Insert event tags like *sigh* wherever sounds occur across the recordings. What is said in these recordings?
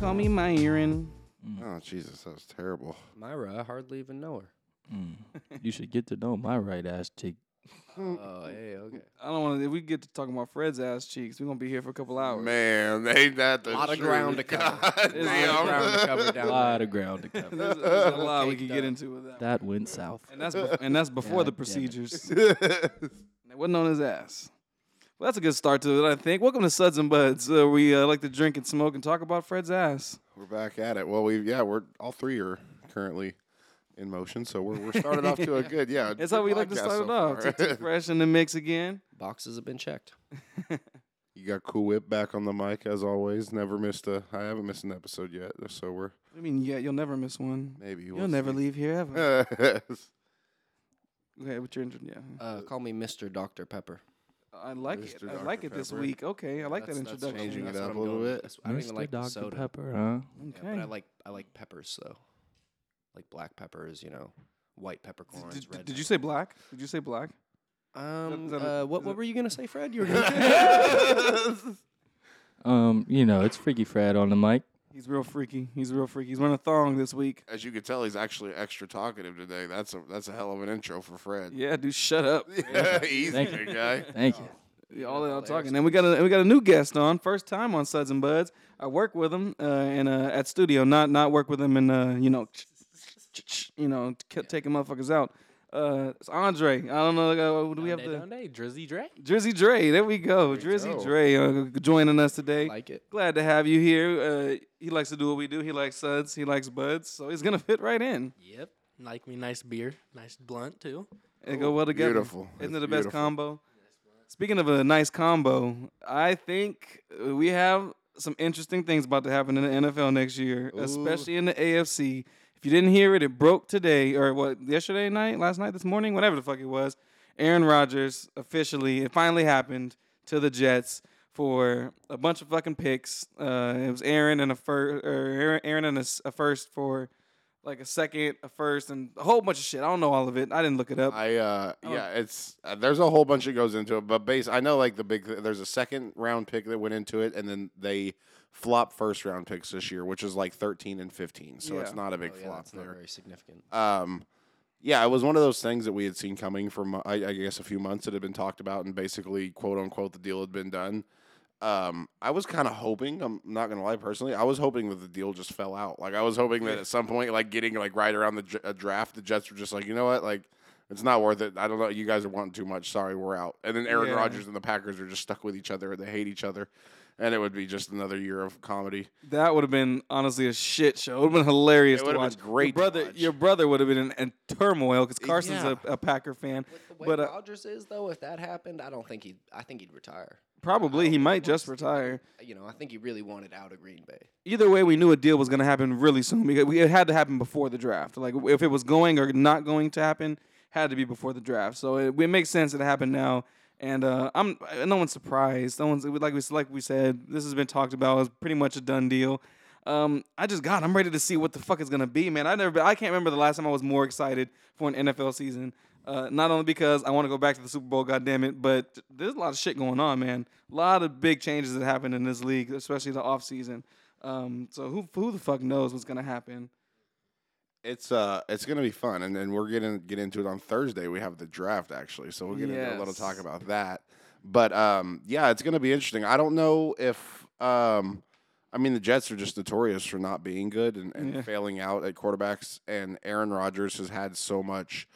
call me Myron. Oh Jesus, that was terrible. Myra, I hardly even know her. Mm. you should get to know my right ass chick. Oh, hey, okay. I don't want to. If we get to talking about Fred's ass cheeks, we're gonna be here for a couple hours. Man, ain't that the A lot of truth? *laughs* ground to cover. God A lot of damn. ground to cover A down lot of ground to *laughs* cover. There's, there's a *laughs* lot we could get Caked up. into with that. that went south. And that's bef- and *laughs* that's before the God damn it. procedures. *laughs* it *laughs* wasn't on his ass. Well, that's a good start to it, I think. Welcome to Suds and Buds. Uh, we uh, like to drink and smoke and talk about Fred's ass. We're back at it. Well, we yeah, we're all three are currently in motion, so we're we're started *laughs* off to a good yeah. That's how good we like to podcast start so it off. far. *laughs* Too- too Fresh in the mix again. *laughs* Boxes have been checked. you got Cool Whip back on the mic as always. Never missed a. I haven't missed an episode yet, so we're I mean, yeah, you'll never miss one. maybe You'll we'll never see. leave *laughs* here ever. *laughs* Mr. okay, with your intro, yeah. Uh, call me Mr. Dr. Pepper. I like it. Mr. I like Dr. it this Pepper. week. Okay, I like that That's- that's introduction. changing it That's up what a I'm little going bit. with. I don't even Mr. like the Dr. soda. Pepper, huh? Yeah, Okay. but I like I like peppers though. Like black peppers, you know, white peppercorns. Did- red did, did you say black? Did you say black? Um, is that a- uh, what is what it- were you gonna say, Fred? You were gonna *laughs* Um, you know, it's Freaky Fred on the mic. He's real freaky. He's real freaky. He's wearing a thong this week. As you can tell, he's actually extra talkative today. That's a that's a hell of an intro for *laughs* Fred. Yeah, dude, shut up. *laughs* Easy, Thank big guy. Thank you. Yeah, All that I'm Layers. talking. And we got a we got a new guest on, first time on Suds and Buds. I work with him uh, in uh, at studio, not not work with him in uh, you know, you know, k- taking motherfuckers out. Uh, it's Andre. I don't know. Uh, do we have the Drizzy Dre. Drizzy Dre? There we go. Drizzy go. Dre uh, joining us today. Like it. Glad to have you here. Uh, he likes to do what we do. He likes suds. He likes buds. So he's gonna fit right in. Yep. Like me, nice beer, nice blunt too. They go well together. beautiful. Isn't It's it the best beautiful. combo? Speaking of a nice combo, I think uh, we have some interesting things about to happen in the NFL next year, especially in the AFC. If you didn't hear it, it broke today or what yesterday night, last night, this morning, whatever the fuck it was. Aaron Rodgers officially, it finally happened to the Jets for a bunch of fucking picks. Uh, it was Aaron and a first, or Aaron- Aaron and a s a a first for like a second, a first, and a whole bunch of shit. I don't know all of it. I didn't look it up. I uh Oh, yeah, it's uh, there's a whole bunch that goes into it, but base I know like the big th- there's a second round pick that went into it, and then they flop first round picks this year, which is like 13 and 15, so it's Yeah. not a big Oh, yeah, flop that's not there. very significant. Uh, Um, yeah, it was one of those things that we had seen coming for mo- I, I guess a few months that had been talked about, and basically quote unquote the deal had been done. Um, I was kind of hoping. I'm not gonna lie, personally, I was hoping that the deal just fell out. Like I was hoping that at some point, like getting like right around the dr- uh, draft, the Jets were just like, you know what, like it's not worth it. I don't know. You guys are wanting too much. Sorry, we're out. And then Aaron Yeah. Rodgers and the Packers are just stuck with each other. and They hate each other, and it would be just another year of comedy. That would have been honestly a shit show. It would have been hilarious. It to would've watch. been great Your to brother, watch. your brother would have been in, in turmoil because Carson's Yeah. a, a Packer fan. The way But uh, Rodgers is though, if that happened, I don't think he. I think he'd retire. probably he don't might know. just retire. You know, I think he really wanted out of Green Bay. Either way, we knew a deal was going to happen really soon because we, it had to happen before the draft. Like if it was going or not going to happen, had to be before the draft. So it, it makes sense that it happened now. And uh, I'm no one's surprised. No one's like we like we said. This has been talked about. It's pretty much a done deal. Um, I just God, I'm ready to see what the fuck is gonna be, man. I never, been, I can't remember the last time I was more excited for an NFL season. Uh, not only because I want to go back to the Super Bowl, goddamn it, but there's a lot of shit going on, man. A lot of big changes that happened in this league, especially the off season. Um, so who who the fuck knows what's gonna happen? It's uh, it's gonna be fun, and then we're gonna get into it on Thursday. We have the draft actually, so we're gonna do a little talk Yes. about that. But um, yeah, it's gonna be interesting. I don't know if um, I mean the Jets are just notorious for not being good and, and Yeah. failing out at quarterbacks, and Aaron Rodgers has had so much.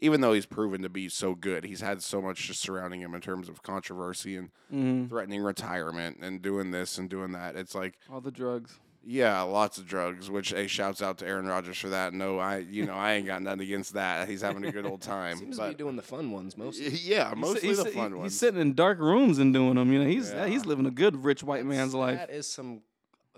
Even though he's proven to be so good, he's had so much just surrounding him in terms of controversy and Mm. threatening retirement and doing this and doing that. It's like All the drugs. yeah, lots of drugs. Which a shouts out to Aaron Rodgers for that. No, I you know I ain't got nothing against that. He's having a good old time. Seems to be but doing the fun ones mostly. yeah, mostly he's, the sit- fun he- ones. He's sitting in dark rooms and doing them. You know, he's Yeah. he's living a good rich white man's life. That is some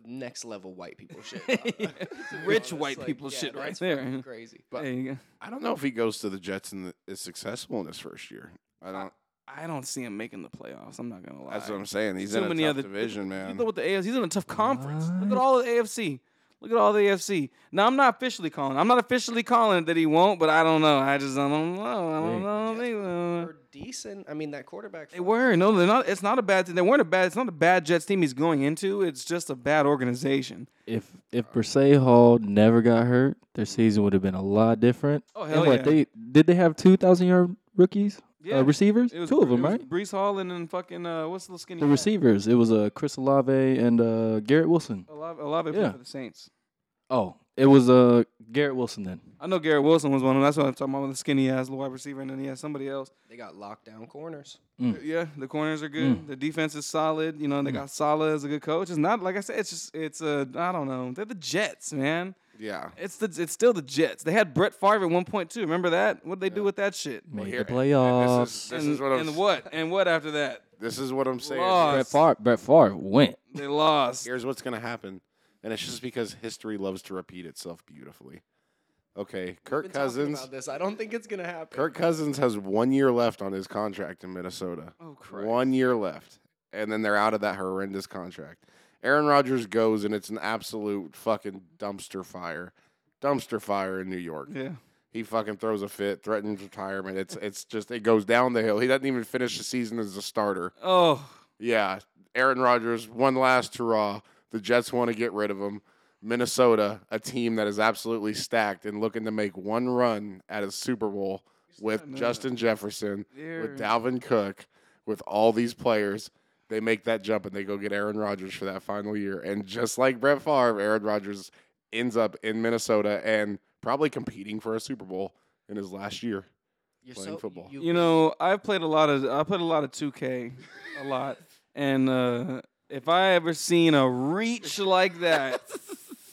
next level *laughs* white people shit. *laughs* To be Rich honest, white like, people yeah, shit right that's there. fucking Crazy. There you go. I don't know if he goes to the Jets and is successful in his first year. I don't. I don't see him making the playoffs. I'm not gonna lie. that's what I'm saying. He's Too in a many tough other- division, You man. look at the AFC. He's in a tough conference. Look at all the AFC. Look at all the AFC. Now I'm not officially calling. I'm not officially calling that he won't, but I don't know. I just I don't know. I don't Hey. know. I don't think so. They're decent. I mean, that quarterback. They were no, they're not. It's not a bad. They weren't a bad. It's not a bad Jets team he's going into. It's just a bad organization. If if Persay Hall never got hurt, their season would have been a lot different. Oh, And hell what, yeah. They did they have two thousand yard rookies, Yeah, uh, receivers, It was two of them, it was right? Brees Hall and then fucking uh, what's the little skinny? The guy? receivers. It was uh, Chris Olave and uh, Garrett Wilson. Olave, Olave Yeah. played for the Saints. Oh, it was uh, Garrett Wilson then. I know Garrett Wilson was one of them. That's what I'm talking about. The skinny ass wide receiver, and then he has somebody else. They got lockdown corners. Yeah, the corners are good. Mm. The defense is solid. You know, they got Salah as a good coach. It's not like I said. It's just it's uh, I don't know. They're the Jets, man. Yeah. It's the it's still the Jets. They had Brett Favre at one point too. Remember that? What would they do with that shit? Made here- the playoffs. This is, this and is what I'm. and what and what after that? This is what I'm saying. Lost. Brett Favre, Brett Favre went. They *laughs* lost. Here's what's gonna happen, and it's just because history loves to repeat itself beautifully. Okay, Kirk Been talking Cousins. About this, I don't think it's gonna happen. Kirk Cousins has one year left on his contract in Minnesota. Oh Christ! One year left, and then they're out of that horrendous contract. Aaron Rodgers goes, and it's an absolute fucking dumpster fire, dumpster fire in New York. Yeah. He fucking throws a fit, threatens retirement. It's it's just it goes down the hill. He doesn't even finish the season as a starter. Oh, Yeah, Aaron Rodgers, one last hurrah. The Jets want to get rid of him. Minnesota, a team that is absolutely stacked and looking to make one run at a Super Bowl with Justin Jefferson, Aaron. with Dalvin Cook, with all these players. They make that jump and they go get Aaron Rodgers for that final year. And just like Brett Favre, Aaron Rodgers ends up in Minnesota and probably competing for a Super Bowl in his last year. You're playing football. you know, I've played a lot of I played a lot of 2K, a *laughs* lot, and uh, if I ever seen a reach like *laughs* that.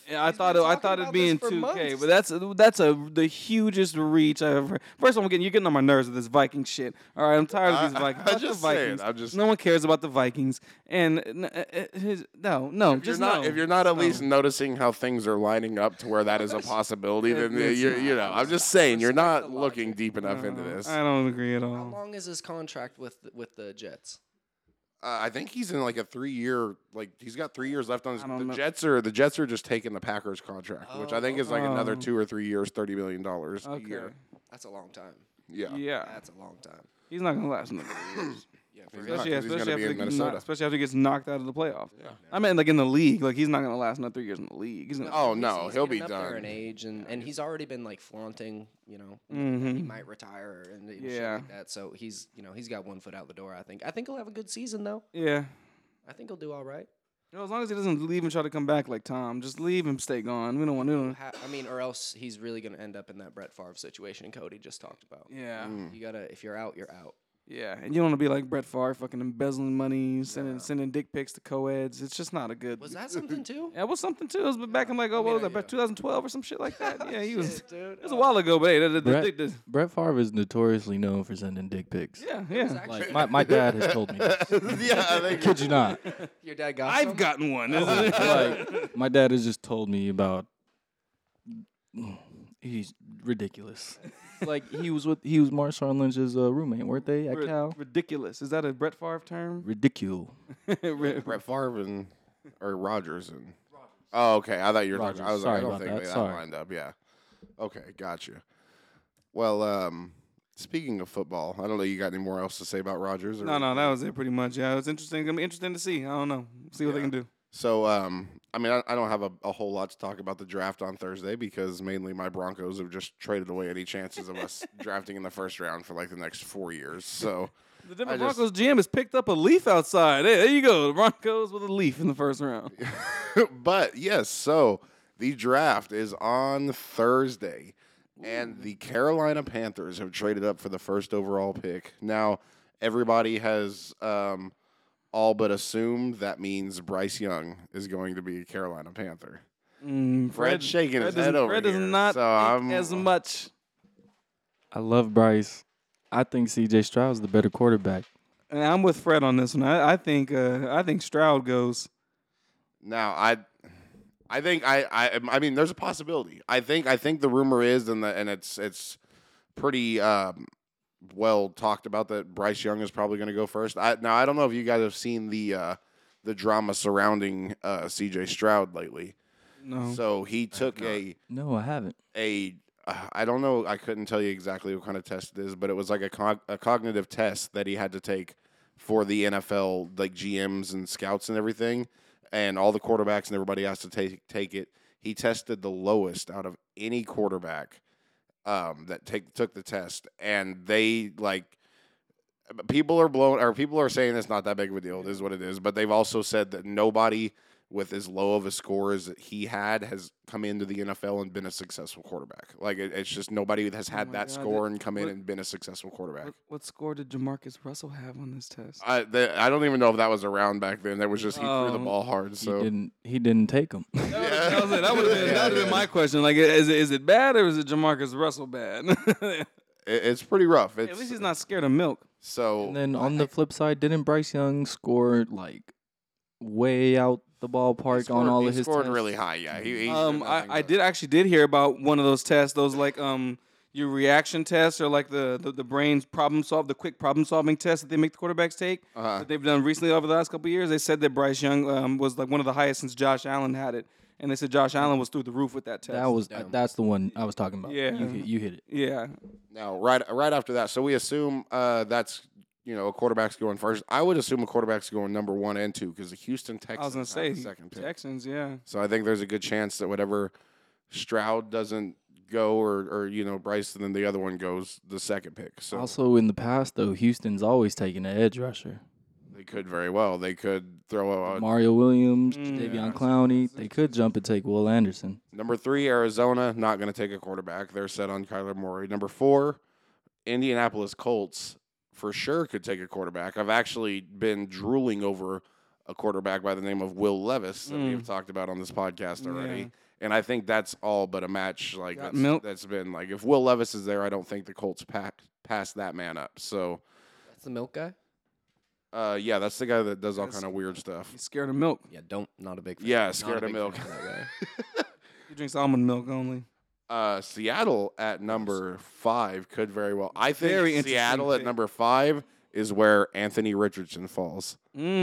Yeah, I He's thought been it, I talking thought it'd about be this in for 2K, months. but that's that's a the hugest reach I've ever. First of all, I'm getting you're getting on my nerves with this Viking shit. All right, I'm tired of these *laughs* I- Vikings. I'm Fuck the just saying, Vikings. I'm just- no one cares about the Vikings, and uh, uh, uh, his, no, no, If just you're not, no. if you're not at least noticing how things are lining up to where that *laughs* is a possibility, then It- it's you you know, I'm just saying you're Respect the not looking deep enough into Uh, this. I Uh, don't agree at How all. long is his contract with the, with the Jets? Uh, I think he's in like a three year, like he's got three years left on his. I don't The know. Jets are the Jets are just taking the Packers contract, which I think is like another Oh. two or three years, thirty million dollars Okay. a year. That's a long time. Yeah, Yeah, That's a long time. he's not gonna last *laughs* another year. Yeah, for not, Especially, 'cause he's especially, gonna be after in he gets Minnesota. knocked, especially after he gets knocked out of the playoffs. I mean, like in the league, like he's not gonna last another three years in the league. He's gonna, Oh, he's- no, he's he'll getting be up there done. in age, and, and he's already been like flaunting, you know, that he Mhm. might retire and, and shit Yeah. like that. So he's, you know, he's got one foot out the door. I think. I think he'll have a good season though. yeah. I think he'll do all right. You know, as long as he doesn't leave and try to come back like Tom, just leave him stay gone. We don't want *laughs* to. Ha- I mean, or else he's really going to end up in that Brett Favre situation Cody just talked about. Yeah, You gotta, if you're out, you're out. Mm. yeah. And you don't want to be like Brett Favre, fucking embezzling money, sending sending dick pics to co-eds. It's just not a good. Was that something *laughs* too? Yeah, it was something too. It was back in like oh, what was I- that? Back 2012 or some shit like that. *laughs* Yeah, he Oh, was. Shit, dude. It was a while ago, but hey, the, the, the, Brett, the- Brett Favre is notoriously known for sending dick pics. yeah, yeah. Like my, my dad has told me. *laughs* This. yeah, I think Kid you not. Your dad got. I've some? gotten one. isn't it? *laughs* like my dad has just told me about he's ridiculous. like he was with he was Marshawn Lynch's uh, roommate, weren't they at Rid- Cal? Ridiculous. Is that a Brett Favre *laughs* term? Ridicule. Ri- Brett Favre and or Rogers and. Oh, okay. I thought you were talking. I Rodgers. was like, I Sorry don't about think that. they that Sorry. lined up. Yeah. Okay, gotcha. Well, um, speaking of football, I don't know. You got any more else to say about Rogers? Or No, no, that was it pretty much. Yeah, it was interesting. Gonna be interesting to see. I don't know. See what they can do. So, um, I mean, I, I don't have a, a whole lot to talk about the draft on Thursday because mainly my Broncos have just traded away any chances *laughs* of us drafting in the first round for like the next four years. So, The Denver I just- Broncos GM has picked up a leaf outside. Hey, there you go. The Broncos with a leaf in the first *laughs* round. but yes, so the draft is on Thursday, and the Carolina Panthers have traded up for the first overall pick. Now, everybody has um, all but assumed that means Bryce Young is going to be a Carolina Panther. Mm, Fred's shaking his does- head over Fred does here, not so think I'm- as much. I love Bryce. I think CJ Stroud's the better quarterback. And I'm with Fred on this one. I, I think uh, I think Stroud goes. Now, I. I think I, I I mean there's a possibility. I think I think the rumor is and the and it's it's pretty um, well talked about that Bryce Young is probably going to go first. I, now I don't know if you guys have seen the uh, the drama surrounding uh, C.J. Stroud lately. No. So he took a No, I haven't. a uh, I don't know. I couldn't tell you exactly what kind of test it is, but it was like a, cog- a cognitive test that he had to take for the NFL, like GMs and scouts and everything, and all the quarterbacks and everybody has to take take it. He tested the lowest out of any quarterback um, that take took the test, and they like people are blown or people are saying it's not that big of a deal. It is what it is, but they've also said that nobody with as low of a score as he had has come into the NFL and been a successful quarterback. Like it, it's just nobody has had Oh my that God, score and come in what- and been a successful quarterback. What, what score did Jamarcus Russell have on this test? I the, I don't even know if that was around back then. That was just he threw the Oh, ball hard. Um, He So didn't. He didn't take *laughs* them. Yeah. That was it. That would have been, that would've been my question. Like, is it, is it bad or is it Jamarcus Russell bad? *laughs* it, it's pretty rough. It's, At least he's not scared of milk. So and then *laughs* on the flip side, didn't Bryce Young score like way out the ballpark on scored- all he of his scored tests? really high. Yeah, he. he Um, I, I did actually did hear about one of those tests. Those like um your reaction tests or like the the, the brain's problem solve the quick problem solving test that they make the quarterbacks take Uh-huh. that they've done recently over the last couple of years. They said that Bryce Young um, was like one of the highest since Josh Allen had it, and they said Josh Hmm. Allen was through the roof with that test. That was uh, that's the one I was talking about. Yeah. you hit, you hit it. yeah. Now, right, right after that, so we assume uh, that's you know a quarterback's going first. I would assume a quarterback's going number one and two because the Houston Texans I was gonna say have the second pick. Texans. Yeah. So I think there's a good chance that whatever Stroud doesn't go or or you know Bryce, then the other one goes the second pick. So Also, in the past though, Houston's always taken an edge rusher. they could very well they could throw a Mario Williams, Uh, Mm. Davion Yeah. Clowney. They could jump and take Will Anderson. Number three, Arizona, not going to take a quarterback. They're set on Kyler Murray. Number four, Indianapolis Colts for sure could take a quarterback. I've actually been drooling over a quarterback by the name of Will Levis that we've talked about on this podcast already. Mm. Yeah. And I think that's all but a match. Like Got that's, milk? that's been like if Will Levis is there, I don't think the Colts pack, pass that man up. So That's the milk guy. uh, yeah, that's the guy that does all That's- kind of weird stuff. He's scared of milk. Yeah, don't. Not a big. Fan. Yeah, Not a scared of big fan milk. That guy. He drinks almond milk only. uh, Seattle at number five could very well. I think Very interesting Seattle at pick. number five is where Anthony Richardson falls.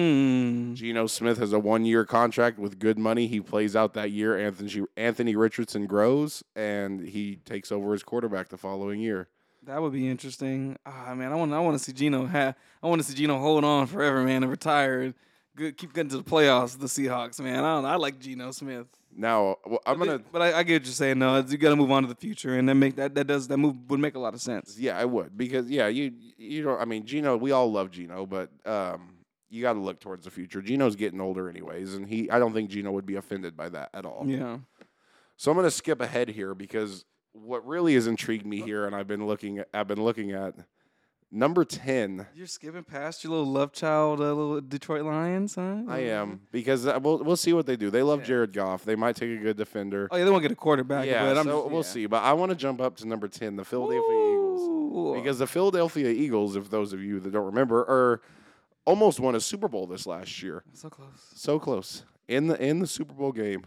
Mmm. Geno Smith has a one-year contract with good money. He plays out that year. Anthony Anthony Richardson grows and he takes over as quarterback the following year. That would be interesting. Ah, man, I want I want to see Gino ha- I want to see Gino hold on forever, man, and retire. Good, keep getting to the playoffs, the Seahawks, man. I don't. I like Geno Smith. Now well, I'm But they- gonna. but I, I get what you're saying. No, it's- you got to move on to the future, and that make that that does that move would make a lot of sense. Yeah, I would because yeah, you you don't. I mean, Gino. We all love Gino, but um, you got to look towards the future. Gino's getting older, anyways, and he. I don't think Gino would be offended by that at all. Yeah. So I'm going to skip ahead here because what really has intrigued me here, and I've been looking, at, I've been looking at number ten. You're skipping past your little love child, uh, little Detroit Lions, huh? I am because uh, we'll we'll see what they do. They love Jared Goff. They might take a good defender. Oh yeah, they won't get a quarterback. yeah, but I'm so just- we'll yeah. see. But I want to jump up to number ten, the Philadelphia Eagles, Ooh. because the Philadelphia Eagles, if those of you that don't remember, are almost won a Super Bowl this last year. so close. So close in the in the Super Bowl game.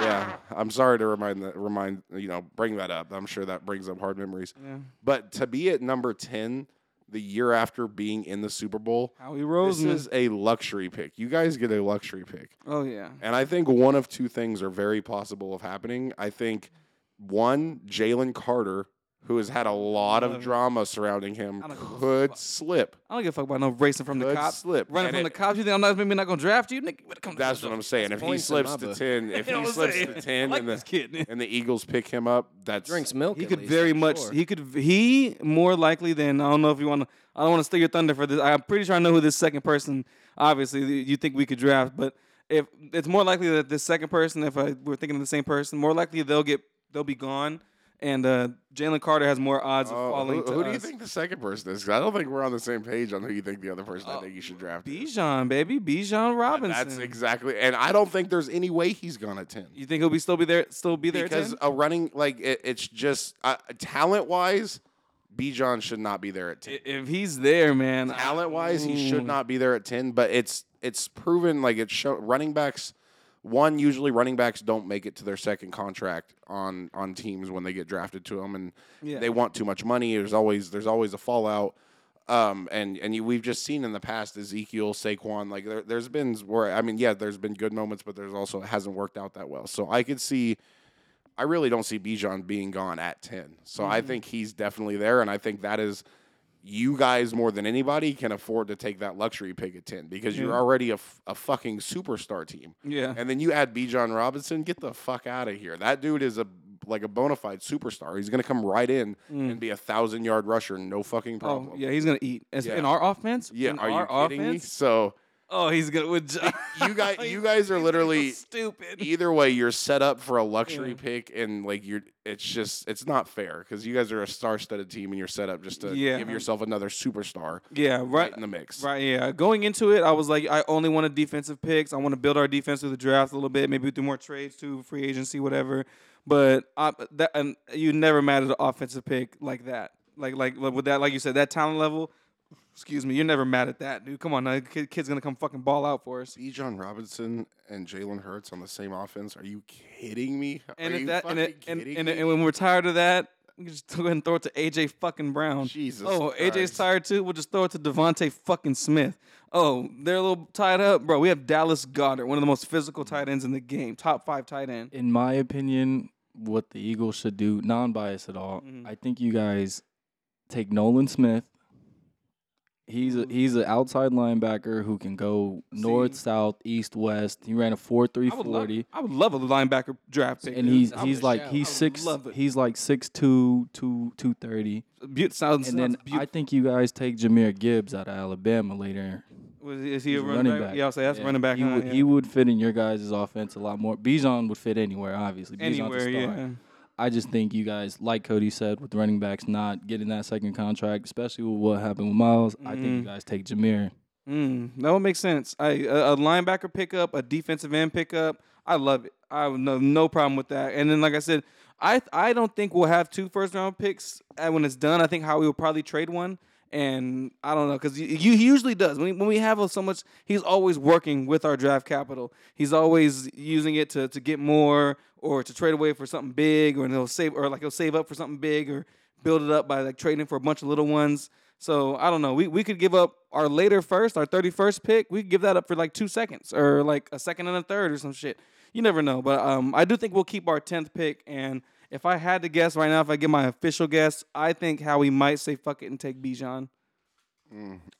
Yeah, I'm sorry to remind the, remind you know bring that up. I'm sure that brings up hard memories. Yeah. But to be at number 10 the year after being in the Super Bowl, Howie this Roseman. is a luxury pick. You guys get a luxury pick. oh yeah. And I think one of two things are very possible of happening. I think one, Jalen Carter, who has had a lot of Love it. drama surrounding him, I don't give a could fuck. slip. I don't give a fuck about no racing from the Could cops. slip. Running And from it- the cops. You think I'm not maybe not gonna draft you? Nick, come to That's what I'm saying. If he points in slips my to book. 10, *laughs* if You know he what I'm slips to saying? 10 like and, the, this kid. *laughs* and the Eagles pick him up, that's *laughs* Drinks milk. He at could least, very I'm much. sure. He could. v- He more likely than I don't know if you want to. I don't want to steal your thunder for this. I'm pretty sure I know who this second person. Obviously, that you think we could draft, but if it's more likely that this second person, if I, we're thinking of the same person, more likely they'll get they'll be gone, and uh, Jalen Carter has more odds of *laughs* Oh, falling who to who do you us. think the second person is? 'Cause I don't think we're on the same page on who you think the other person I think you should draft. is. Bijan, baby, Bijan Oh, Robinson. That's exactly, and I don't think there's any way he's gone at ten you think he'll be still be there? Still be there? at because 10? a running like it, it's just uh, talent wise, Bijan should not be there at ten. I- if he's there, man. I- talent wise, he should Ooh. not be there at ten. But it's it's proven like it's show, running backs. One usually running backs don't make it to their second contract on on teams when they get drafted to them, and Yeah. they want too much money. There's always there's always a fallout. Um, and and you, we've just seen in the past Ezekiel, Saquon, like there, there's been where I mean, yeah, there's been good moments, but there's also it hasn't worked out that well. So I could see, I really don't see Bijan being gone at ten. So Mm-hmm. I think he's definitely there, and I think that is you guys more than anybody can afford to take that luxury pick at ten because you're already a, f- a fucking superstar team. Yeah. And then you add B. John Robinson, get the fuck out of here. That dude is a like a bona fide superstar. He's gonna come right in and be a thousand yard rusher, no fucking problem. Mm. Oh yeah, he's gonna eat As- Yeah. in our offense. Yeah, in are you our kidding me? offense? So Oh, he's gonna. With John. you *laughs* guys, you guys are literally e stupid. *laughs* either way. You're set up for a luxury pick, and like you're, it's just it's not fair because you guys are a star-studded team, and you're set up just to Yeah. give yourself another superstar yeah, right right. in the mix. Right, yeah. Going into it, I was like, I only wanted defensive picks. I want to build our defense through the draft a little bit. Maybe we do more trades too, free agency, whatever. But I, that and you never mad at an offensive pick like that. Like like with that, like you said, that talent level. Excuse me, you're never mad at that, dude. Come on, now, kid, kid's gonna come fucking ball out for us. B. John Robinson and Jalen Hurts on the same offense? Are you kidding me? And are if you that and, fucking it, and, kidding and, me? and when we're tired of that, we can just go ahead and throw it to AJ fucking Brown. Jesus Oh, AJ's Christ. tired too. We'll just throw it to Devontae fucking Smith. Oh, they're a little tied up, bro. We have Dallas Goddard, one of the most physical tight ends in the game, top five tight end. in my opinion, what the Eagles should do, non biased at all, Mm. I think you guys take Nolan Smith. He's Mm. a, he's an outside linebacker who can go north, south, east, west. He ran a four three I would, love, forty, I would love a linebacker draft pick. and dude. he's I he's would- like shout. he's I would six love it. he's like six two two two thirty. beaut- sounds, And then sounds beautiful. I think you guys take Jameer Gibbs out of Alabama later. Was he- is he a He's a running, back? Yeah, I'll say that's Yeah. running back. He, huh? would, Yeah. he would fit in your guys' offense a lot more. Bijan would fit anywhere, obviously. Bijan's a anywhere, star. yeah. I just think you guys, like Cody said, with running backs not getting that second contract, especially with what happened with Miles, I think Mm-hmm. you guys take Jameer. Mm, that would make sense. I a, a linebacker pickup, a defensive end pickup. I love it. I have no, no problem with that. And then, like I said, I I don't think we'll have two first round picks uh, when it's done. I think Howie will probably trade one. And I don't know because he, he usually does. When, we- when we have so much, he's always working with our draft capital. He's always using it to, to get more or to trade away for something big, or he'll save or like he'll save up for something big or build it up by like trading for a bunch of little ones. So I don't know. We we could give up our later first, our thirty first pick. We could give that up for like two seconds or like a second and a third or some shit. You never know. But um, I do think we'll keep our tenth pick. And if I had to guess right now, if I give my official guess, I think Howie might say fuck it and take Bijan.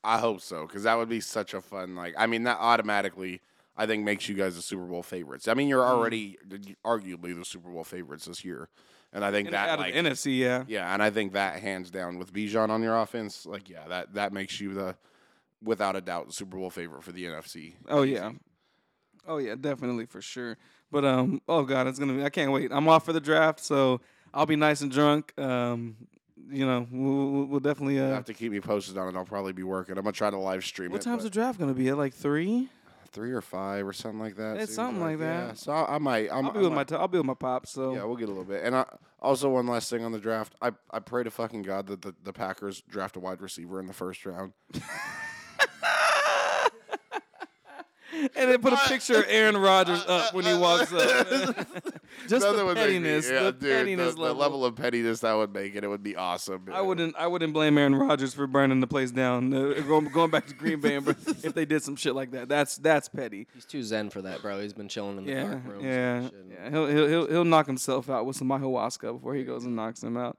I hope so, because that would be such a fun. Like, I mean, that automatically, I think, makes you guys the Super Bowl favorites. I mean, Mm. you're already arguably the Super Bowl favorites this year, and I think And that out like, of the NFC, yeah. yeah, and I think that hands down with Bijan on your offense, like, yeah, that that makes you the without a doubt Super Bowl favorite for the NFC. Oh yeah. Oh yeah, definitely for sure. But um, oh god, it's gonna be. I can't wait. I'm off for the draft, so I'll be nice and drunk. Um, you know, we'll, we'll- we'll definitely. You Uh, have to keep me posted on it. I'll probably be working. I'm gonna try to live stream what it. time's the but draft gonna be? At like three. three or five or something like that. It's seems something like that. Yeah, so I, I might. I'm, I'll be I with might- my. T- I'll be with my pops. So *laughs* Yeah, we'll get a little bit. And I also one last thing on the draft. I, I pray to fucking God that the, the Packers draft a wide receiver in the first round. and then put a picture of Aaron Rodgers up when he walks *laughs* up. Just That the would make me- pettiness, yeah, the dude, pettiness the, level. the level of pettiness that would make it. It would be awesome. I wouldn't. I wouldn't blame Aaron Rodgers for burning the place down. Uh, going, going back to Green Bay, bro, if they did some shit like that, that's that's petty. He's too zen for that, bro. He's been chilling in the Yeah, dark rooms. and yeah, shit. yeah. He'll, he'll he'll he'll knock himself out with some ayahuasca before he goes and knocks him out.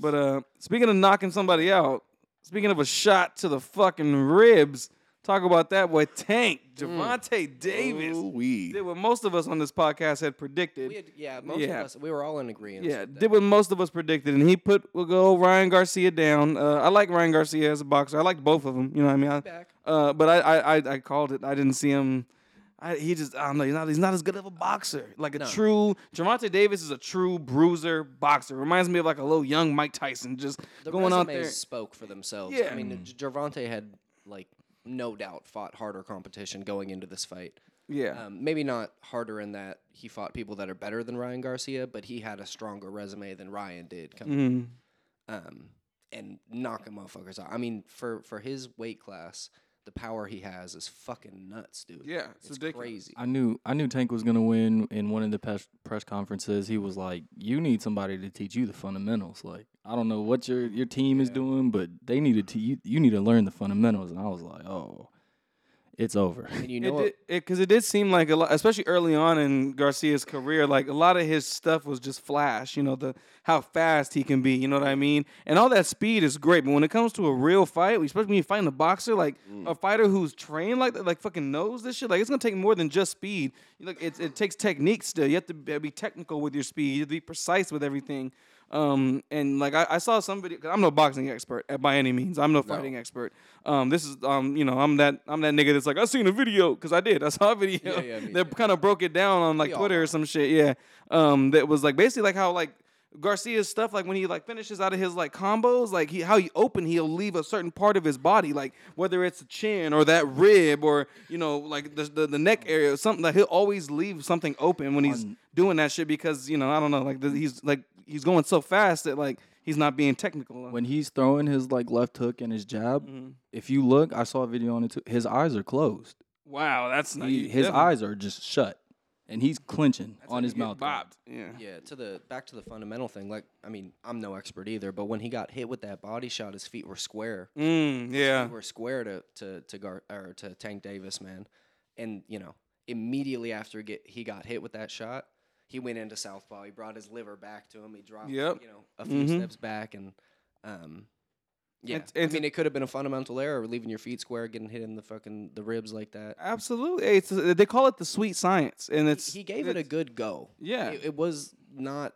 But uh, speaking of knocking somebody out, speaking of a shot to the fucking ribs, talk about that boy Tank Mm. Javante Davis we. did what most of us on this podcast had predicted. We had, Oh. yeah, most Yeah. of us, we were all in agreement. Yeah, did what most of us predicted, and he put will go Ryan Garcia down. Uh, I like Ryan Garcia as a boxer. I like both of them. You know what I mean? I, Back. Uh, but I, I I I called it. I didn't see him. I, he just I don't know. He's not he's not as good of a boxer. Like a true Javante Davis is a true bruiser boxer. Reminds me of like a little young Mike Tyson just The going out resumes there. spoke for themselves. Yeah. I mean, J- Gervonta had, like, no doubt fought harder competition going into this fight. Yeah, Um, maybe not harder in that he fought people that are better than Ryan Garcia, but he had a stronger resume than Ryan did. Coming. Mhm. um, and knock a motherfuckers out. I mean, for for his weight class, the power he has is fucking nuts, dude. Yeah, it's it's, ridiculous. crazy. I knew I knew Tank was gonna win in one of the pes- press conferences. He was like, "You need somebody to teach you the fundamentals." Like I don't know what your your team is doing, but they needed to you, you need to learn the fundamentals. And I was like, oh, it's over. And you It know what? did because it, did seem like a lot, especially early on in Garcia's career, like a lot of his stuff was just flash. You know the how fast he can be. You know what I mean? And all that speed is great, but when it comes to a real fight, especially when you're fighting a boxer, like Mm. a fighter who's trained like that, like fucking knows this shit. Like it's gonna take more than just speed. Like it, it takes technique still. You have to be be technical with your speed. You have to be precise with everything. Um, and like I, I saw somebody, cause I'm no boxing expert uh, by any means. I'm no fighting expert. Um, this is um, you know, I'm that I'm that nigga that's like I seen a video because I did. *laughs* I saw a video yeah, me that kind of broke it down on like all Twitter or some shit. Yeah. Um, that was like basically like how like Garcia's stuff like when he like finishes out of his like combos, like he how he open he'll leave a certain part of his body, like whether it's the chin or that rib or you know like the the, the neck area or something. Like he'll always leave something open when he's doing that shit because you know I don't know like the, he's like he's going so fast that like he's not being technical. when he's throwing his like left hook and his jab, if you look, I saw a video on it too. His eyes are closed. wow, that's not He, his eyes are just shut, and he's clinching on his mouth. guard. bobbed. Yeah. Yeah, to the back to the fundamental thing. Like, I mean, I'm no expert either, but when he got hit with that body shot, his feet were square. Mm, yeah. They were square to to to Gar- or to Tank Davis, man. And you know, immediately after get, he got hit with that shot, he went into southpaw. He brought his liver back to him. He dropped, Yep. you know, a few Mhm. steps back, and um, yeah. It's- it's- I mean, it could have been a fundamental error, leaving your feet square, getting hit in the fucking the ribs like that. Absolutely. It's, they call it the sweet science, and it's he gave it a it's- good go. Yeah. It, it was not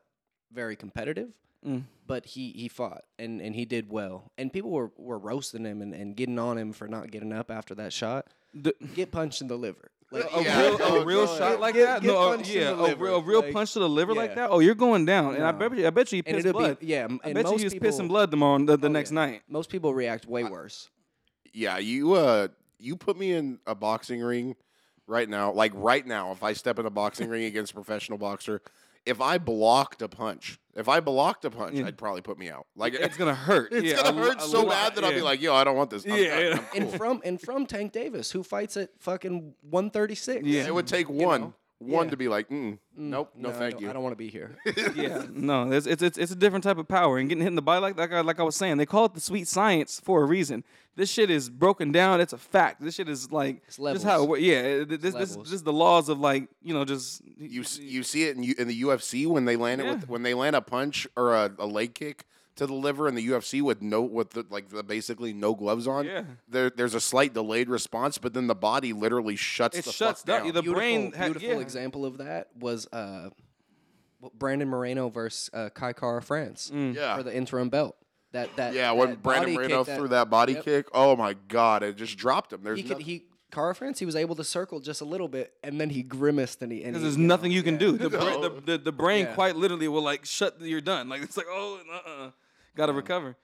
very competitive, Mm. but he, he fought and, and he did well. And people were, were roasting him and, and getting on him for not getting up after that shot. The- Oh, Get punched in the liver. Like, a Yeah, real, go- a real go shot ahead. like Get- that, get no, uh, punched in yeah, the a liver, real, a real like- punch to the liver like yeah. that. Oh, you're going down, and I No. bet you, I bet you he and pissed it'll blood. be yeah. m- I and bet you most he was people, pissing blood tomorrow, the, the Oh, next yeah. night. Most people react way worse. Yeah, you uh you put me in a boxing ring right now. Like right now, if I step in a boxing ring against a professional boxer, if I blocked a punch, if I blocked a punch, Yeah. I'd probably put me out. Like It's gonna hurt. *laughs* it's yeah, gonna a lo- hurt a so lot, bad that I'll be yeah. like, yo, I don't want this. I'm Yeah, done. yeah. I'm And cool. from and from Tank Davis, who fights at fucking one thirty six. Yeah. *laughs* it would take one, know? one Yeah. to be like, mm, nope, no, thank you. I don't want to be here. yeah, *laughs* no, it's, it's it's it's a different type of power, and getting hit in the body like like I, like I was saying, they call it the sweet science for a reason. This shit is broken down; it's a fact. This shit is like just how it, levels. wo- yeah. it- This this levels. this is the laws of like you know just you s- you see it in, U- in the UFC when they land it with when they land a punch or a, a leg kick to the liver in the UFC with no with the, like the basically no gloves on. Yeah. There there's a slight delayed response, but then the body literally shuts It the shuts fuck down. down. The beautiful, brain ha- beautiful yeah. example of that was uh, what- Brandon Moreno versus uh, Kai Car France Yeah. for the interim belt. That that yeah, when that Brandon body Moreno kick that- threw that body yep. kick, oh my god, it just dropped him. There's he could no- he Car France he was able to circle just a little bit and then he grimaced and he and Because he, there's you know, nothing you can yeah. *laughs* do. The, bra- the, the, the brain Yeah. quite literally will like shut. You're done. Like it's like oh, uh, uh gotta recover.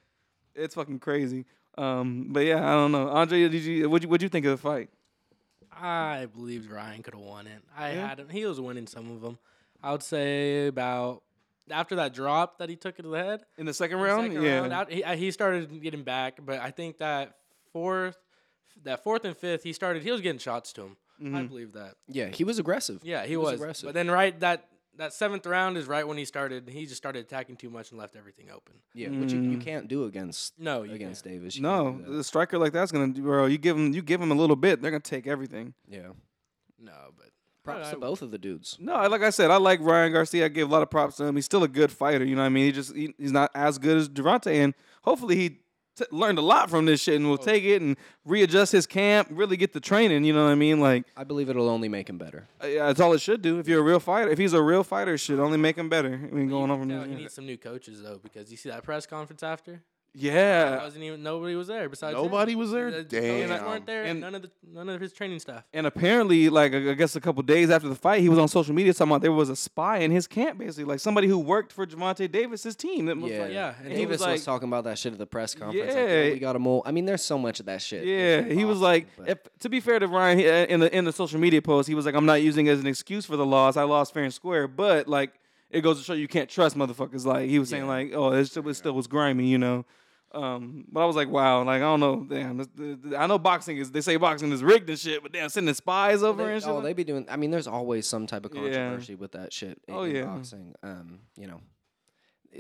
It's fucking crazy. Um, but yeah, I don't know. Andre, did you what you what you think of the fight? I believed Ryan could have won it. I had him. He was winning some of them. I would say about after that drop that he took into the head. In the second round, second yeah, round, out- he, I- he started getting back, but I think that fourth, that fourth and fifth, he started. He was getting shots to him. I believe that. Yeah, he was aggressive. Yeah, he, was. aggressive. But then right that that seventh round is right when he started. He just started attacking too much and left everything open. Yeah, which you, you can't do against No, you against Davis. you can't no, do that. the striker like that's gonna do- bro. You give him you give him a little bit, they're gonna take everything. yeah. No, but Props I- to both of the dudes. No, I- like I said, I like Ryan Garcia. I give a lot of props to him. He's still a good fighter. You know what I mean? He just he, he's not as good as Durante, and hopefully he t- learned a lot from this shit and will take it and readjust his camp, really get the training. You know what I mean? Like I believe it'll only make him better. Uh, Yeah, that's all it should do. If you're a real fighter, if he's a real fighter, it should only make him better. I mean, going on from No, there. he Yeah, needs some new coaches though, because you see that press conference after. Yeah. wasn't even nobody was there besides him. Uh, Nobody was there? The- the Damn. coaches weren't there. And- And none of the none of his training staff. and apparently, like I I guess a couple days after the fight, he was on social media talking about there was a spy in his camp, basically, like somebody who worked for Javante Davis's team. That was Yeah, like, yeah, and and he Davis was was, like, talking about that shit at the press conference. like, Yeah. yeah, we got a mole. I mean, there's so much of that shit. Yeah, he was like, if, to be fair to Ryan, he, uh, in the in the social media post, he was like, "I'm not using it as an excuse for the loss. I lost fair and square, but like, it goes to show you can't trust motherfuckers." Like he was saying, like, "Oh, it still, it still was grimy," you know. Um, but I was like, "Wow!" Like I don't know, damn. this- th- th- I know boxing is they say boxing is rigged and shit, but damn, sending spies over They, and shit. oh, they like- be doing. I mean, there's always some type of Yeah. controversy with that shit. In, Oh, in yeah. boxing. Um, you know,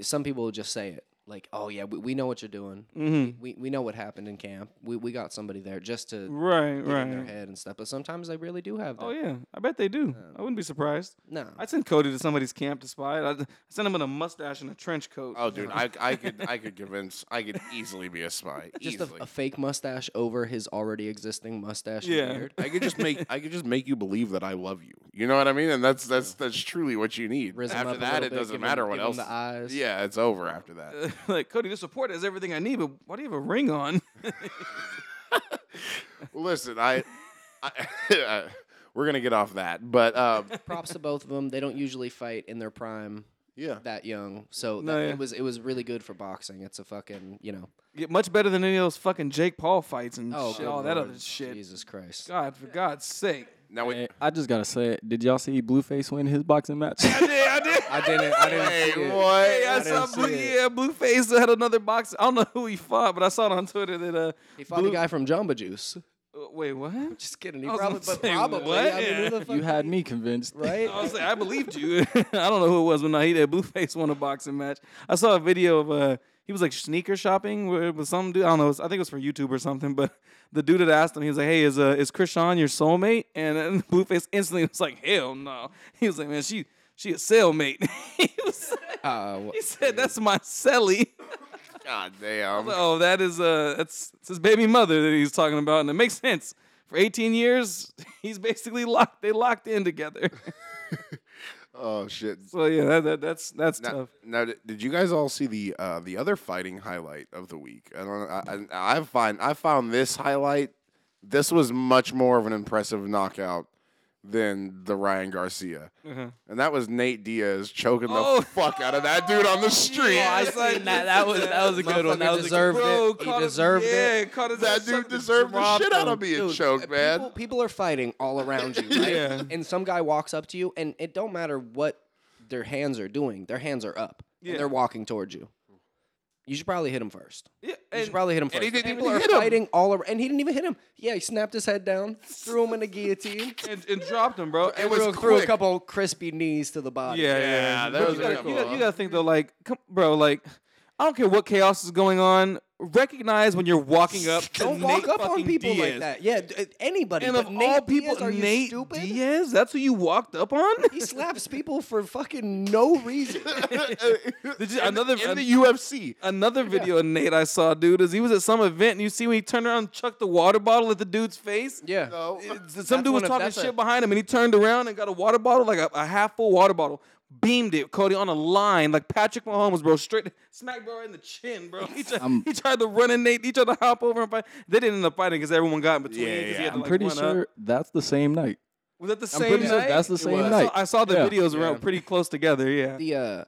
some people will just say it. like, oh yeah, we, we know what you're doing. Mm-hmm. We we know what happened in camp. We we got somebody there just to Right, get in their right. head and stuff. But sometimes they really do have that. Oh yeah, I bet they do. I wouldn't be surprised. No. I'd send Cody to somebody's camp to spy. it. I'd, I'd send him in a mustache and a trench coat. Oh, dude, I, I *laughs* could I could convince I could easily be a spy. just a, easily. a fake mustache over his already existing mustache and Yeah. *laughs* beard. I could just make I could just make you believe that I love you. You know what I mean? And that's that's that's truly what you need. Rizz 'em up after that, a little it bit, doesn't give 'em- matter what give 'em else. the eyes. Yeah, *laughs* it's over after that. *laughs* *laughs* like Cody, this report has everything I need, but why do you have a ring on? *laughs* Listen, I, *laughs* I we're gonna get off that, but um, *laughs* Props to both of them. They don't usually fight in their prime yeah, that young, so No, that, yeah. it was it was really good for boxing. It's a fucking you know Get much better than any of those fucking Jake Paul fights and oh shit, good all that lord, other shit. Jesus Christ. God, for God's sake. now we. *laughs* Hey, I just gotta say, it. did y'all see Blueface win his boxing match? Yeah, I did. I didn't. I didn't Hey, see it. *laughs* what? Hey, I, I saw didn't see Blue, it. yeah, Blueface had another box. I don't know who he fought, but I saw it on Twitter that uh, He fought the guy from Jumba Juice. *laughs* uh, wait, what? Just kidding. He I was probably, gonna but say, probably. what? I mean, Yeah. who the fuck You had me convinced. *laughs* right? I was like, I believed you. *laughs* I don't know who it was, but no, he did. Blueface won a boxing match. I saw a video of uh, he was like sneaker shopping with with some dude. I don't know. it was- I think it was for YouTube or something. But *laughs* the dude had asked him. He was like, "Hey, is uh, is Krishan your soulmate?" And then *laughs* Blueface instantly was like, "Hell no." *laughs* He was like, "Man, she she a cellmate." *laughs* he, was, Uh, wha- he said, "That's my cellie." God damn. *laughs* Oh, that is uh, that's it's his baby mother that he's talking about, and it makes sense. For 18 years, *laughs* he's basically locked. They locked in together. *laughs* Oh shit. so yeah, that, that that's that's Now, tough. now, di- did you guys all see the uh, the other fighting highlight of the week? I don't. I, I, I find I found this highlight. This was much more of an impressive knockout than the Ryan Garcia, and that was Nate Diaz choking Uh-huh. Oh. the fuck out of that dude on *laughs* the street. Yes, I seen that. That was- that was a good one. That Motherfucker was a good- deserved Bro, it. caught He him- deserved yeah, it. caught his that ass, dude sucked his deserved the drop, shit out though. of being Dude, uh, choked, man. People, people are fighting all around you, right? Yeah. And some guy walks up to you, and it don't matter what their hands are doing. Their hands are up, Yeah. and they're walking towards you. You should probably hit him first. Yeah, You and should probably hit him and first. he didn't people even are hit him. fighting all around, and he didn't even hit him. Yeah, he snapped his head down, threw him in *laughs* a guillotine, and, and dropped him, bro. It was threw, threw a quick. couple crispy knees to the body. Yeah, yeah, Yeah, that But was you a gotta, couple you, gotta, you of- gotta think though, like, come, bro, like, I don't care what chaos is going on. Recognize when you're walking up. to Don't Nate walk up on fucking people Diaz. like that. Yeah, d- uh, anybody. And but of Nate all people, Diaz, are you Nate stupid? Diaz. That's who you walked up on. He slaps people for fucking no *laughs* reason. *laughs* Did you, another in an- the UFC. another video of Nate I saw, dude, is he was at some event and you see when he turned around and chucked the water bottle at the dude's face. yeah. *laughs* No. S- Some dude was one of- talking that's a- shit behind him and he turned around and got a water bottle, like a, a half full water bottle, beamed it, Cody, on a line, like Patrick Mahomes, bro, straight smack bro right in the chin, bro. He, tried, he tried to run and Nate, he tried to hop over and fight. They didn't end up fighting because everyone got in between. Yeah, 'cause he yeah. had to, I'm like, pretty one up. sure that's the same night. Was that the I'm same pretty sure night? that's the same I saw- night. I saw the Yeah. videos around pretty close together, yeah. The uh,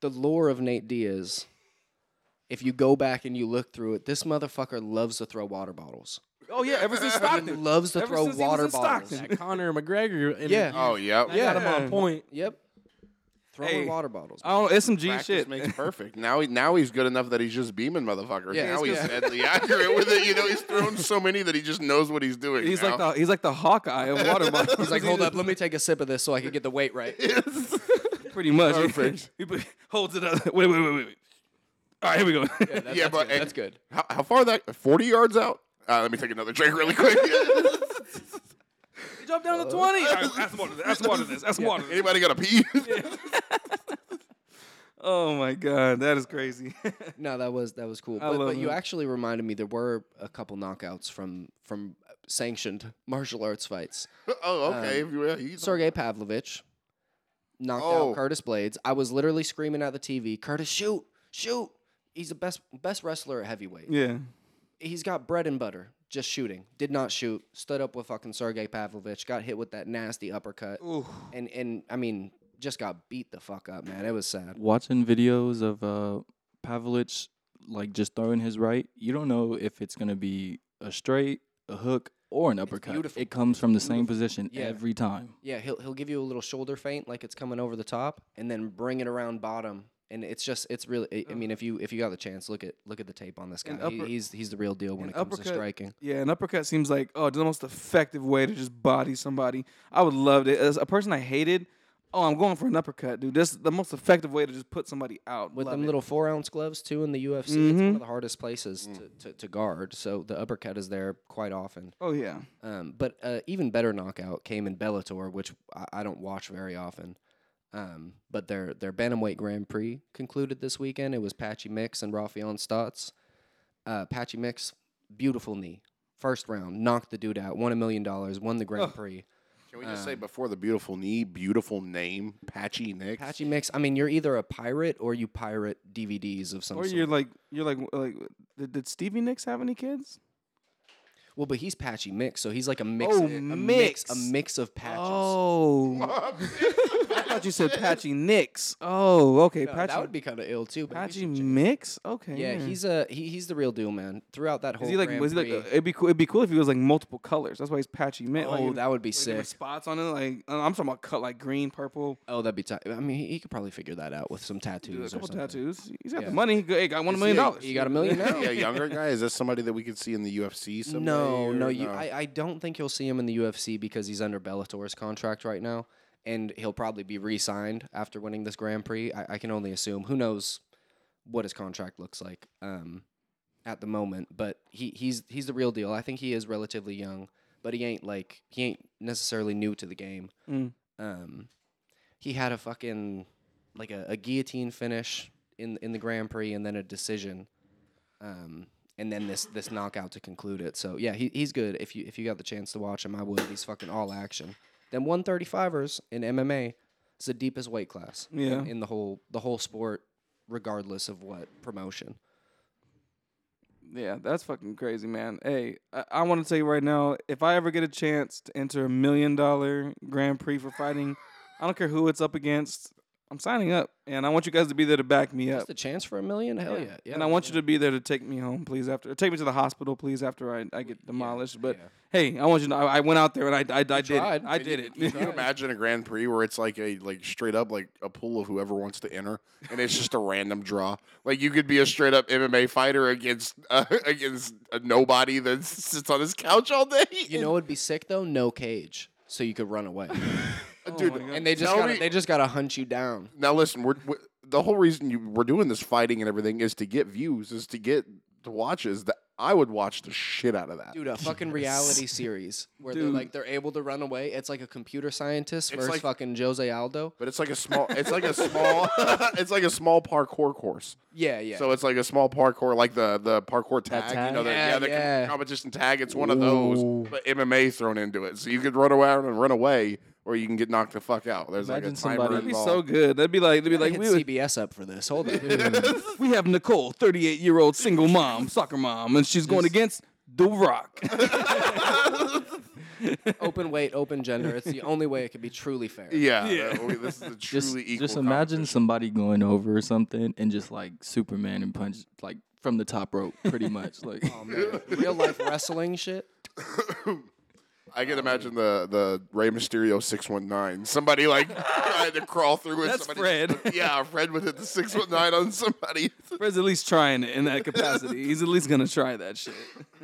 the lore of Nate Diaz. If you go back and you look through it, this motherfucker loves to thw water bottles. Oh, yeah, ever since He Stockton. loves to Ever throw since he was water in bottles. Stockton. That Conor McGregor. interview. Yeah. Oh yeah. I got him Yeah. on point. Yep. Throwing Hey. water bottles. I don't know, SMG Practice shit. *laughs* *laughs* makes perfect. Now he now he's good enough that he's just beaming motherfuckers. Yeah, now it's he's deadly *laughs* accurate with it. You know, he's thrown so many that he just knows what he's doing. He's now. like the he's like the Hawkeye of water bottles. *laughs* He's like, hold up, let me take a sip of this so I can get the weight *laughs* right. pretty much. Perfect. *laughs* he put- holds it up. Wait, wait, wait, wait. wait. All right, here *laughs* we go. That- Yeah, that's but- good. that's good. how, how far that forty yards out? Uh, let me take another drink really *laughs* quick. *laughs* He dropped down Uh, to twenty. All right, add some water. to this, *laughs* Add some water. to This. Add some water. to this. Anybody got a pee? Oh my god, that is crazy. *laughs* No, that was that was cool. I But, love but you that. actually reminded me there were a couple knockouts from from sanctioned *laughs* martial arts fights. *laughs* Uh, oh, okay. if you will, you- Sergey Pavlovich knocked Oh. out Curtis Blades. I was literally screaming at the TV, Curtis, shoot, shoot. He's the best best wrestler at heavyweight. yeah. He's got bread and butter. Just shooting. Did not shoot. Stood up with fucking Sergey Pavlovich. Got hit with that nasty uppercut. Ooh. And and I mean, just got beat the fuck up, man. It was sad. Watching videos of uh, Pavlich like just throwing his right, you don't know if it's gonna be a straight, a hook, or an uppercut. beautiful. It comes from the same position Yeah. every time. Yeah, he'll he'll give you a little shoulder feint like it's coming over the top, and then bring it around bottom. And it's just it's really. I- I mean, if you if you got the chance, look at look at the tape on this guy. An He- upper- he's he's the real deal when an it comes uppercut- to striking. Yeah, an uppercut seems like oh the most effective way to just body somebody. I would love it. As a person I hated, oh, I'm going for an uppercut, dude. This is the most effective way to just put somebody out. With Love them it. little four ounce gloves too in the UFC, it's Mm-hmm. one of the hardest places to, to, to guard. So the uppercut is there quite often. Oh yeah. Um, but uh, even better knockout came in Bellator, which I, I don't watch very often. Um, but their their bantamweight Grand Prix concluded this weekend. It was Patchy Mix and Rafael Stotts. Uh, Patchy Mix, beautiful knee, first round, knocked the dude out, won a million dollars, won the Grand Prix. Can Uh, we just say before the beautiful knee, beautiful name, Patchy Nick? Patchy Mix. I mean, you're either a pirate or you pirate DVDs of some Or sort. you're like you're like like did, did Stevie Nicks have any kids? well, but he's Patchy Mix, so he's like a mix. Oh, a mix. A mix. mix of patches. Oh, *laughs* I thought you said Patchy Nicks. Oh, okay, No, Patchy that would be kind of ill too. But Patchy you should check- Mix. Okay, Yeah, he's a he, he's the real deal, man. Throughout that whole Mm. Is he like? Grand Was he like? Prix- uh, It'd be cool. It'd be cool if he was like multiple colors. That's why he's patchy mint. oh, like, that would be like different *laughs* sick. Spots on it. Like uh, I'm talking about cut like green, purple, Oh, that'd be tight. I mean, he, he could probably figure that out with some dude, a tattoos or couple something. tattoos. He's got Yeah. the money. He got, he got one million he a- dollars. You got *laughs* a million Is now? he a younger guy? Is this somebody that we could see in the UFC? Someday, no, or no, you, I, I don't think you'll see him in the UFC because he's under Bellator's contract right now, and he'll probably be re-signed after winning this Grand Prix. I, I can only assume. Who knows what his contract looks like um, at the moment? But he, he's he's the real deal. I think he is relatively young, but he ain't like he ain't necessarily new to the game. Mm. Um, he had a fucking like a, a guillotine finish in in the Grand Prix, and then a decision um, and then this this knockout to conclude it. So yeah, he, he's good. If you if you got the chance to watch him, I would. He's fucking all action. Then 135ers in MMA is the deepest weight class. in- Yeah. In, the whole the whole sport, regardless of what promotion. Yeah, that's fucking crazy, man. Hey, I, I want to tell you right now, if I ever get a chance to enter a million dollar Grand Prix for fighting, I don't care who it's up against. I'm signing up, and I want you guys to be there to back me up. Just a chance for a million. Hell yeah. yeah. and I want you to be there to take me home, please. After or take me to the hospital, please. After I, I get demolished, but hey, I want you to. know I, I went out there and I I, I did it. tried. I did it. *laughs* *laughs* Can you imagine a Grand Prix where it's like a like straight up like a pool of whoever wants to enter, and it's just a random draw? Like you could be a straight up MMA fighter against uh, *laughs* against a nobody that s- sits on his couch all day. You know what'd be sick though? No cage, so you could *laughs* run away. *laughs* dude. oh and they just Tell gotta, me- they just gotta hunt you down. now listen, we're, we the whole reason you we're doing this fighting and everything is to get views, is to get watches. That I would watch the shit out of that. Dude, a fucking reality series where they're like they're able to run away. It's like a computer scientist versus like- fucking Jose Aldo. But it's like a small. It's like a small. *laughs* it's like a small parkour course. Yeah, yeah. So it's like a small parkour, like the the parkour tag. You tag? know, the, yeah, Yeah, the com- yeah. competition tag. It's one of those, but MMA thrown into it. So you could run around and run away, or you can get knocked the fuck out. There's like Imagine a timer somebody- That'd be involved. so good. That'd be like, that'd be like, hit we, CBS up for this. Hold on. we have Nicole, 38 year old single mom, soccer mom, and she's going against The Rock. *laughs* open weight, open gender. It's the only way it could be truly fair. Yeah, no, we- this is a Just, truly equal. just imagine competition. somebody going over or something and just like Superman and punch like from the top rope, pretty much. Like Real life wrestling shit. I can imagine the the Rey Mysterio six one nine. Somebody like trying to crawl through. That's somebody, Fred. *laughs* Yeah, Fred would hit the six one nine on somebody. *laughs* Fred's at least trying it in that capacity. He's at least gonna try that shit. *laughs*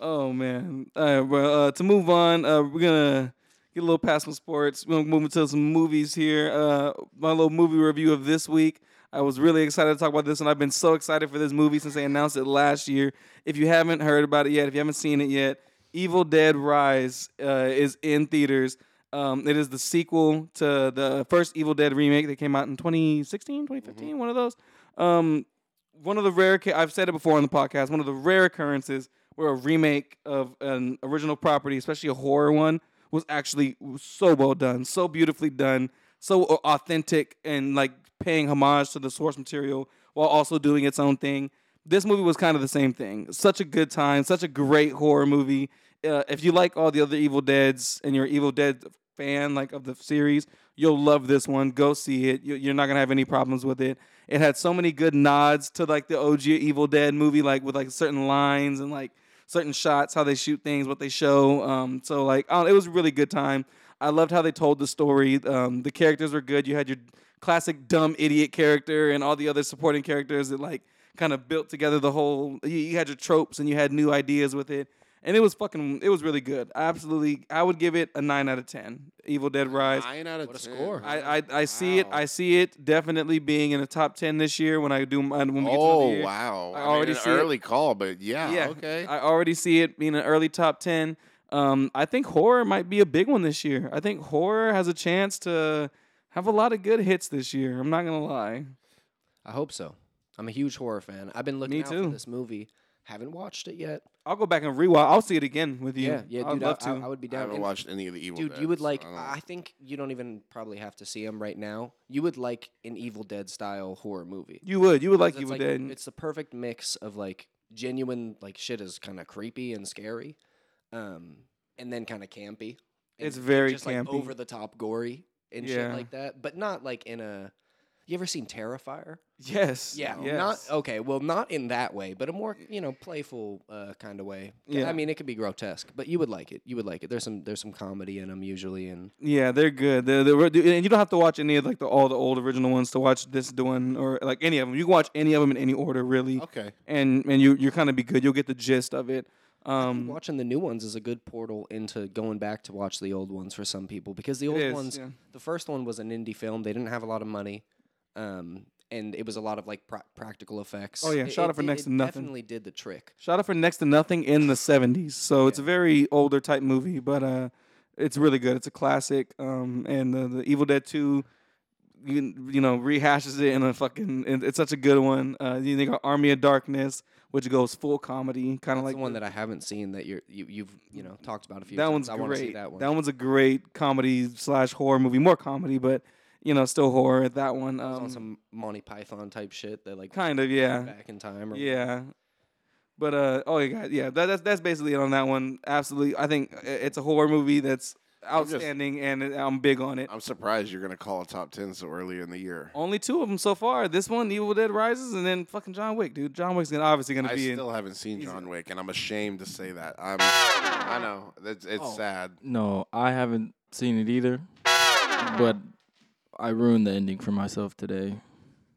Oh man. All right, well, uh, to move on, uh, we're gonna get a little past some sports. We're gonna move into some movies here. Uh, my little movie review of this week. I was really excited to talk about this, and I've been so excited for this movie since they announced it last year. If you haven't heard about it yet, if you haven't seen it yet, Evil Dead Rise uh, is in theaters. Um, it is the sequel to the first Evil Dead remake that came out in 2016, 2015, one of those. Um, one of the rare ca- I've said it before on the podcast, one of the rare occurrences where a remake of an original property, especially a horror one, was actually so well done, so beautifully done, so au- authentic and like paying homage to the source material while also doing its own thing. This movie was kind of the same thing. Such a good time, such a great horror movie. Uh, if you like all the other Evil Deads and you're an Evil Dead fan like of the series, you'll love this one. Go see it. You- You're not gonna have any problems with it. It had so many good nods to like the OG Evil Dead movie, like with like certain lines and like certain shots, how they shoot things, what they show. Um, so like, I don't- it was a really good time. I loved how they told the story. Um, the characters were good. You had your classic dumb idiot character and all the other supporting characters that like kind of built together the whole. You, you had your tropes and you had new ideas with it and it was fucking. It was really good. I absolutely, I would give it a nine out of ten. Evil Dead Rise. Nine out of What a 10. score. I, I, I see it. Wow. I see it definitely being in the top ten this year when I do my, when we get to the Oh year. wow! I I mean, already an see it. early call, but yeah, Yeah. okay. I already see it being an early top ten. Um, I think horror might be a big one this year. I think horror has a chance to have a lot of good hits this year. I'm not gonna lie. I hope so. I'm a huge horror fan. I've been looking Me out too. for this movie. Haven't watched it yet. I'll go back and rewatch. I'll see it again with you. Yeah, yeah, I'd dude. I, love to. I, I would be I down. haven't And watched any of the Evil dude, Deads, you would so like. I don't- I, think you don't even probably have to see them right now. You would like an Evil Dead style horror movie. you would. You would like Because Evil it's Dead. It's the perfect mix of like genuine like shit is kind of creepy and scary, um, and then kind of campy. and It's very just, campy. like, over the top gory and shit Yeah. like that, but not like in a. You ever seen Terrifier? yes. Yeah, Yes. not oh. okay. Well, not in that way, but a more you know playful uh, kind of way. Yeah. I mean, it could be grotesque, but you would like it. You would like it. There's some there's some comedy in them usually, and Yeah, they're good. They're, they're, and you don't have to watch any of like the all the old original ones to watch this one or like any of them. You can watch any of them in any order, really, okay. and and you you kind of be good. You'll get the gist of it. Um, watching the new ones is a good portal into going back to watch the old ones for some people because the old is, ones, yeah. the first one was an indie film. They didn't have a lot of money, um, and it was a lot of like pra- practical effects. Oh, yeah, it, shot it for next to nothing. Definitely did the trick. Shot up for next to nothing in the '70s, so it's a very older type movie, but uh, it's really good. It's a classic. Um, and the, the Evil Dead Two, you, you know, rehashes it in a fucking. and It's such a good one. Uh, you think of Army of Darkness, which goes full comedy, kind of That's like the one that I haven't seen that you're you you've you know talked about a few. that times. one's I wanna great. See that one. one's a great comedy slash horror movie, more comedy, but you know, still horror. That one, It's on um, some Monty Python type shit. They like kind of, yeah, back in time. Or yeah. But uh, oh yeah, God, yeah. That, that's that's basically it on that one. Absolutely, I think i- it's a horror movie that's I'm just- outstanding, and it- I'm big on it. I'm surprised you're gonna call a top ten so early in the year. Only two of them so far. This one, Evil Dead Rises, and then fucking John Wick, dude. John Wick's gonna obviously gonna I be still haven't seen he's- John Wick, and I'm ashamed to say that. I'm. I know it's, it's Oh. sad. No, I haven't seen it either. But I ruined the ending for myself today. in.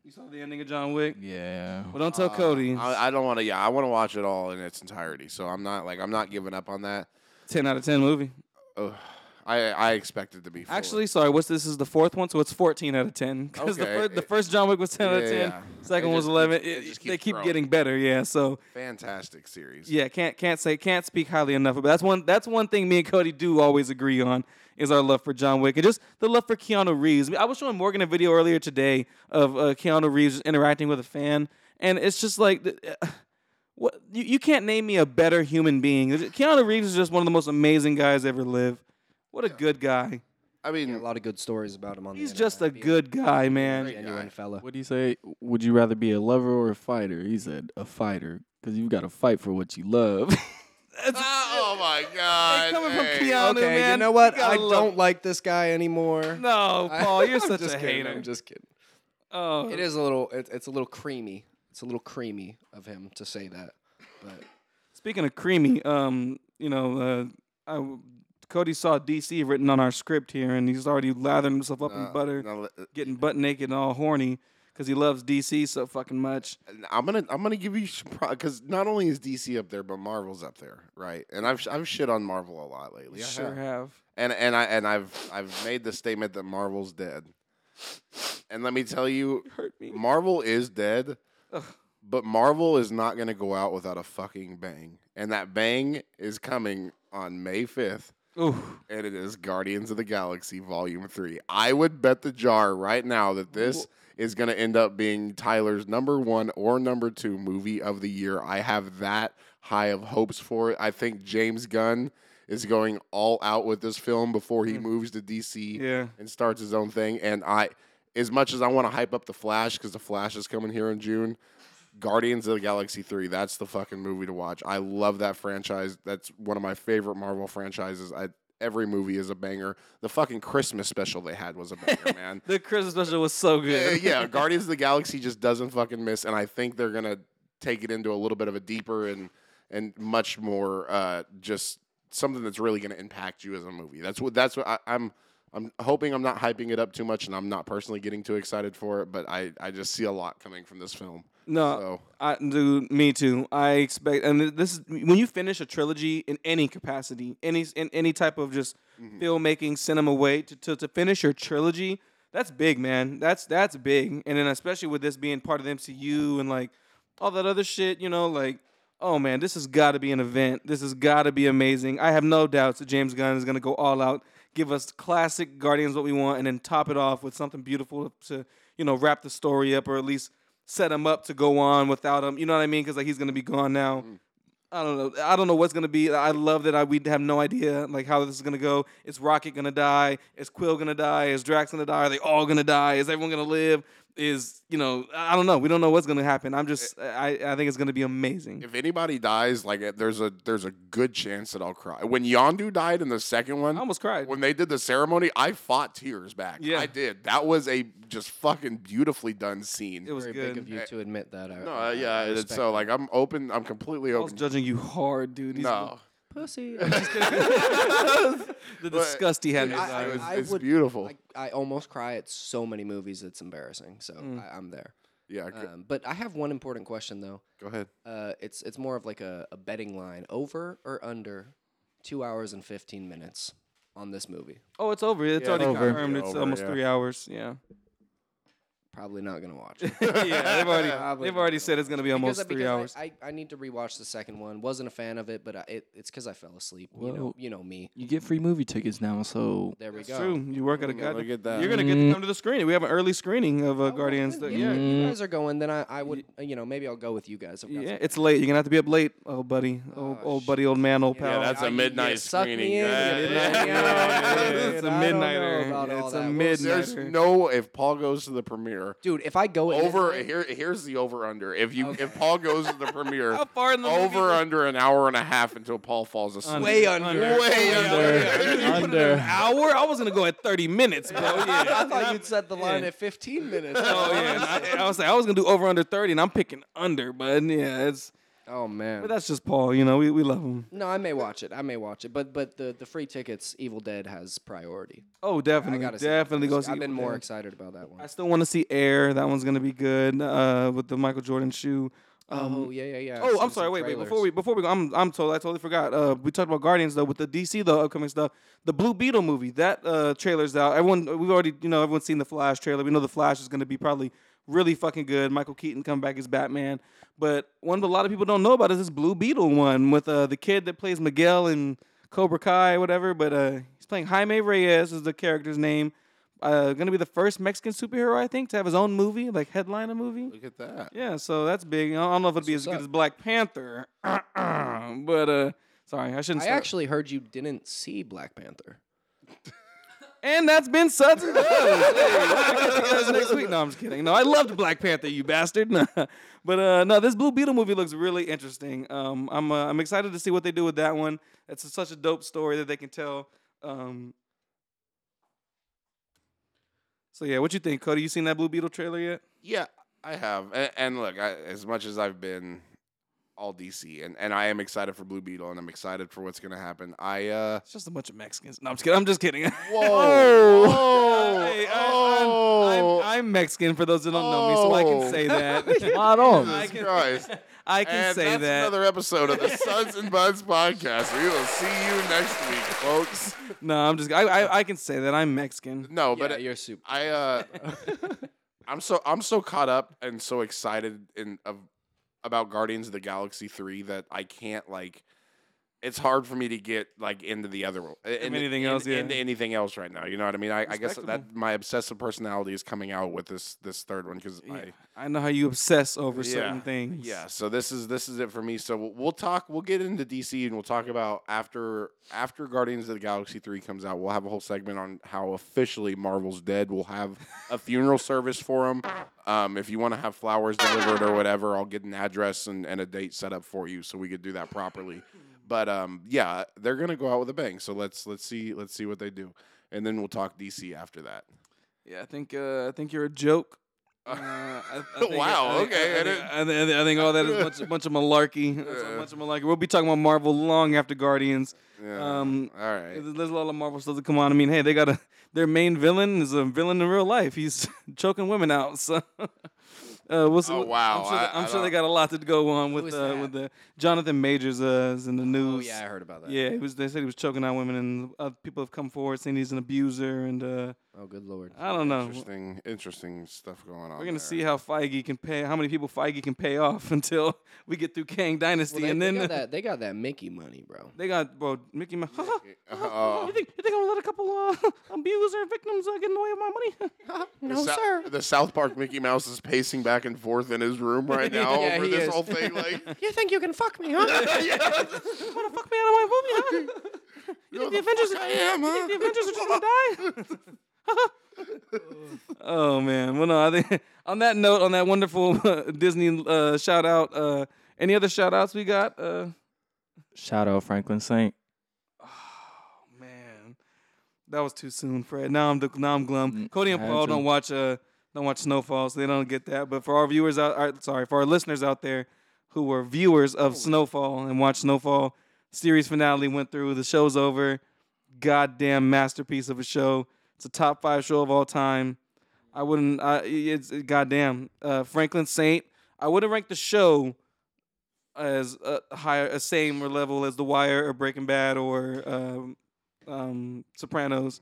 You saw the ending of John Wick. Yeah. Well, don't tell Uh, Cody. I, I don't want to. Yeah, I want to watch it all in its entirety. So I'm not like I'm not giving up on that. Ten out of ten movie. Ugh. I I expect it to be full. Actually, sorry. What's this? Is the fourth one, so it's fourteen out of ten. *laughs* Because Okay, the, fir- the it- first John Wick was ten out of yeah, ten. yeah. Second It one was just eleven. keeps- it It- just they keeps keep growing. getting better. Yeah. So fantastic series. yeah, can't can't say can't speak highly enough. But that's one that's one thing me and Cody do always agree on is our love for John Wick and just the love for Keanu Reeves. I, mean, I was showing Morgan a video earlier today of uh, Keanu Reeves interacting with a fan, and it's just like. th- uh, What, you, you can't name me a better human being. Keanu Reeves is just one of the most amazing guys ever live. What a good guy. I mean, a lot of good stories about him on. He's the just a internet. good guy, man. genuine guy. fella. What do you say? Would you rather be a lover or a fighter? He said a fighter because you've got to fight for what you love. *laughs* Ah, oh my god! Hey, coming from hey. Keanu, Okay, you man, know what? you gotta I love- don't like this guy anymore. No, I- Paul, you're *laughs* I'm such just a kidding, hater. I'm just kidding. oh, It is a little. It, it's a little creamy. It's a little creamy of him to say that. But Speaking of creamy, um, you know, uh, I w Cody saw DC written on our script here, and he's already lathering himself up Uh, in butter, now let- getting butt naked and all horny because he loves DC so fucking much. I'm gonna I'm gonna give you some because not only is DC up there, but Marvel's up there, right? And I've I've shit on Marvel a lot lately. I sure have. have. And and I and I've I've made the statement that Marvel's dead. And let me tell you, Hurt me. Marvel is dead, Ugh. but Marvel is not gonna go out without a fucking bang, and that bang is coming on May fifth. Ooh. And it is Guardians of the Galaxy Volume 3. I would bet the jar right now that this is going to end up being Tyler's number one or number two movie of the year. I have that high of hopes for it. I think James Gunn is going all out with this film before he moves to DC Yeah. and starts his own thing. And I, as much as I want to hype up The Flash because The Flash is coming here in June, Guardians of the Galaxy 3, that's the fucking movie to watch. I love that franchise. That's one of my favorite Marvel franchises. I, every movie is a banger. The fucking Christmas special they had was a banger, man. The Christmas special was so Uh, good. *laughs* yeah, Guardians of the Galaxy just doesn't fucking miss, and I think they're gonna take it into a little bit of a deeper and and much more uh, just something that's really gonna impact you as a movie. That's what that's what I, I'm I'm hoping I'm not hyping it up too much, and I'm not personally getting too excited for it, but I I just see a lot coming from this film. No, So I, dude, me too. I expect, and this is when you finish a trilogy in any capacity, any in any type of just filmmaking, cinema way to, to to finish your trilogy. That's big, man. That's that's big, and then especially with this being part of the MCU and like all that other shit, you know, like oh man, this has got to be an event. This has got to be amazing. I have no doubts that James Gunn is gonna go all out, give us classic Guardians what we want, and then top it off with something beautiful to you know wrap the story up or at least set him up to go on without him. You know what I mean? Because like he's gonna be gone now. I don't know. I don't know what's gonna be. I love that I we have no idea like how this is gonna go. Is Rocket gonna die? Is Quill gonna die? Is Drax gonna die? Are they all gonna die? Is everyone gonna live? Is you know I I don't know. We don't know what's gonna happen. I'm just I I think it's gonna be amazing. if anybody dies, like eh, there's a there's a good chance that I'll cry. When Yondu died in the second one, I almost cried. when they did the ceremony, I fought tears back. Yeah. I did. That was a just fucking beautifully done scene. It was Very good. big of you to admit that. I, no, I- uh, I yeah. respect It's, so it. like I'm open. I'm completely I was open. judging you hard, dude. These- no, pussy. *laughs* the disgust he had in his I- eyes. was- I it's would- beautiful. I, I almost cry at so many movies. It's embarrassing. So Mm. I, I'm there. yeah. go, Um, but I have one important question though. go ahead. Uh, it's it's more of like a, a betting line: over or under two hours and fifteen minutes on this movie. Oh, it's over. It's Yeah, already over. confirmed. Yeah, it's over, almost yeah. three hours. Yeah. Probably not *laughs* gonna watch it. yeah. They've already Probably they've not already gonna said it's gonna be Because I- almost three because I- hours. I, I, need to rewatch the second one. Wasn't a fan of it, but I, it, it's because I fell asleep. You know, Well- you know me. You get free movie tickets now, so There we It's go. true. You work at a Yeah, goddamn look at that. You're gonna get to Mm. come to the screening. We have an early screening of uh, Oh, Guardians. That, good. You- yeah, you Mm. guys are going. Then I, I would, uh, you know, maybe I'll go with you guys. I've got yeah, some- it's late. You're gonna have to be up late, old buddy, old, Oh, old buddy, old man, old Yeah, pal. Yeah, that's I- a you- you midnight suck me screening. in, you Yeah, did yeah, not- yeah. yeah, It's a I don't know midnighter. about all It's a that. We'll see. midnight- There's Midnighter. no if Paul goes to the premiere. Dude, if I go in this Over thing- here, here's the over under. If you if Paul goes to the *laughs* premiere, How far in the movie over is it? under an hour and a half until Paul falls asleep. Way under. *laughs* Way under. *laughs* You put it in an Under. hour? I was gonna go at 30 minutes, bro. Yeah. *laughs* *laughs* I thought you'd set the line Yeah. at *laughs* 15 minutes. oh yeah. And I, I was like, I was gonna do over under 30, and I'm picking under, but yeah, it's Oh man. but that's just Paul. You know, we, we love him. no, I may watch it. I may watch it. But but the, the free tickets, Evil Dead has priority. Oh, definitely, I gotta see that definitely go first. see. I've been it. more Yeah. excited about that I one. still want to see Air. That one's gonna be good uh, with the Michael Jordan shoe. Um, oh yeah yeah yeah. I've Oh, I'm seen sorry. some Wait, wait. Before trailers. we before we go, I'm I'm totally I totally forgot. Uh, we talked about Guardians though with the DC though upcoming stuff. The Blue Beetle movie that uh trailer's out. Everyone we've already you know everyone's seen the Flash trailer. We know the Flash is going to be probably really fucking good. Michael Keaton coming back as Batman. But one that a lot of people don't know about is this Blue Beetle one with uh the kid that plays Miguel in Cobra Kai whatever. But uh he's playing Jaime Reyes is the character's name. Uh, gonna be the first Mexican superhero I think to have his own movie, like headline a movie. Look at that. Yeah, so that's big. I don't know if it'd be as good up. as Black Panther, *clears throat* but uh, sorry, I shouldn't. I start. actually heard you didn't see Black Panther. and that's been Suds *laughs* and Buzz. Hey, we'll catch you guys next week. No, I'm just kidding. No, I loved Black Panther, you bastard. *laughs* but uh, no, this Blue Beetle movie looks really interesting. Um, I'm uh, I'm excited to see what they do with that one. It's such a dope story that they can tell. Um, so yeah, what you think, Cody? You seen that Blue Beetle trailer yet? Yeah, I have. And, and look, I, as much as I've been all DC, and, and I am excited for Blue Beetle, and I'm excited for what's gonna happen. I uh. It's just a bunch of Mexicans. No, I'm just kidding. I'm just kidding. Whoa! Uh, *laughs* hey, I, oh! am Mexican for those that don't know me, so I can say *laughs* that. spot on. *laughs* I Jesus can- Christ! *laughs* I can and say that's that. another *laughs* episode of the Suds and Buds podcast. We will see you next week, folks. no, I'm just. I, I I can say that I'm Mexican. No, yeah, but it- you're super. I uh *laughs* I'm so I'm so caught up and so excited in of about Guardians of the Galaxy 3 that I can't like it's hard for me to get like into the other one. Into, anything in- else, yeah. Into anything else right now. You know what I mean? I, I guess that Respectable. my obsessive personality is coming out with this this third one because Yeah, I I know how you obsess over Yeah. certain things. yeah, so this is this is it for me. So we'll, we'll talk. We'll get into DC and we'll talk about after after Guardians of the Galaxy three comes out. We'll have a whole segment on how officially Marvel's dead. We'll have a funeral service for him. Um, if you want to have flowers delivered or whatever, I'll get an address and, and a date set up for you so we could do that properly. But um, yeah, they're gonna go out with a bang. So let's let's see let's see what they do, and then we'll talk DC after that. Yeah, I think uh, I think you're a joke. Uh, I- *laughs* I think- Wow, I think- okay, I I think, didn't- I think, I think- I think all that is a bunch, a bunch of malarkey. That's a bunch of malarkey. We'll be talking about Marvel long after Guardians. Yeah. Um, All right. There's there's a lot of Marvel stuff that come on. I mean, hey, they *laughs* got a their main villain is a villain in real life. He's choking women out. So *laughs* Uh, we'll see. Oh, what- wow. I'm sure, I- I'm I sure they don't- got a lot to go on Who with is uh, that? with the Jonathan Majors uh, is in the Oh news. yeah, I heard about that. Yeah, he was. They said he was choking out women, and uh, people have come forward saying he's an abuser, and uh, Oh good lord. I don't know. Interesting, interesting stuff going on. We're gonna there. see how Feige can pay, how many people Feige can pay off *laughs* until we get through Kang Dynasty, Well, they, and they then got that, they got that Mickey money, bro. They got bro Mickey Mouse. *laughs* Uh, you think you think I'm gonna let a couple uh, *laughs* abuser victims uh, get in the way of my money? *laughs* the Sou- The South Park Mickey Mouse is pacing back and forth in his *laughs* room right now Yeah, over he this is. whole thing. Like, You think you can fuck me, huh? yeah. You wanna fuck me out of my movie? Huh? *laughs* You You're think the Avengers? fuck I am, you think the huh? Avengers *laughs* are just gonna die? *laughs* oh man. Well, no. I think *laughs* on that note, on that wonderful *laughs* uh, Disney uh, shout out. Uh, any other shout outs we got? Uh, Shout out Franklin Saint. man, that was too soon, Fred. Now I'm now I'm glum. Mm, Cody and had Paul to. don't watch uh don't watch Snowfall, so they don't get that. But for our viewers out, uh, sorry, for our listeners out there who were viewers of Snowfall and watched Snowfall series finale went through, the show's over. Goddamn masterpiece of a show. It's a top five show of all time. I wouldn't. I it's it, goddamn uh, Franklin Saint. I would have ranked the show as a higher, a same or level as The Wire or Breaking Bad or um, um, Sopranos,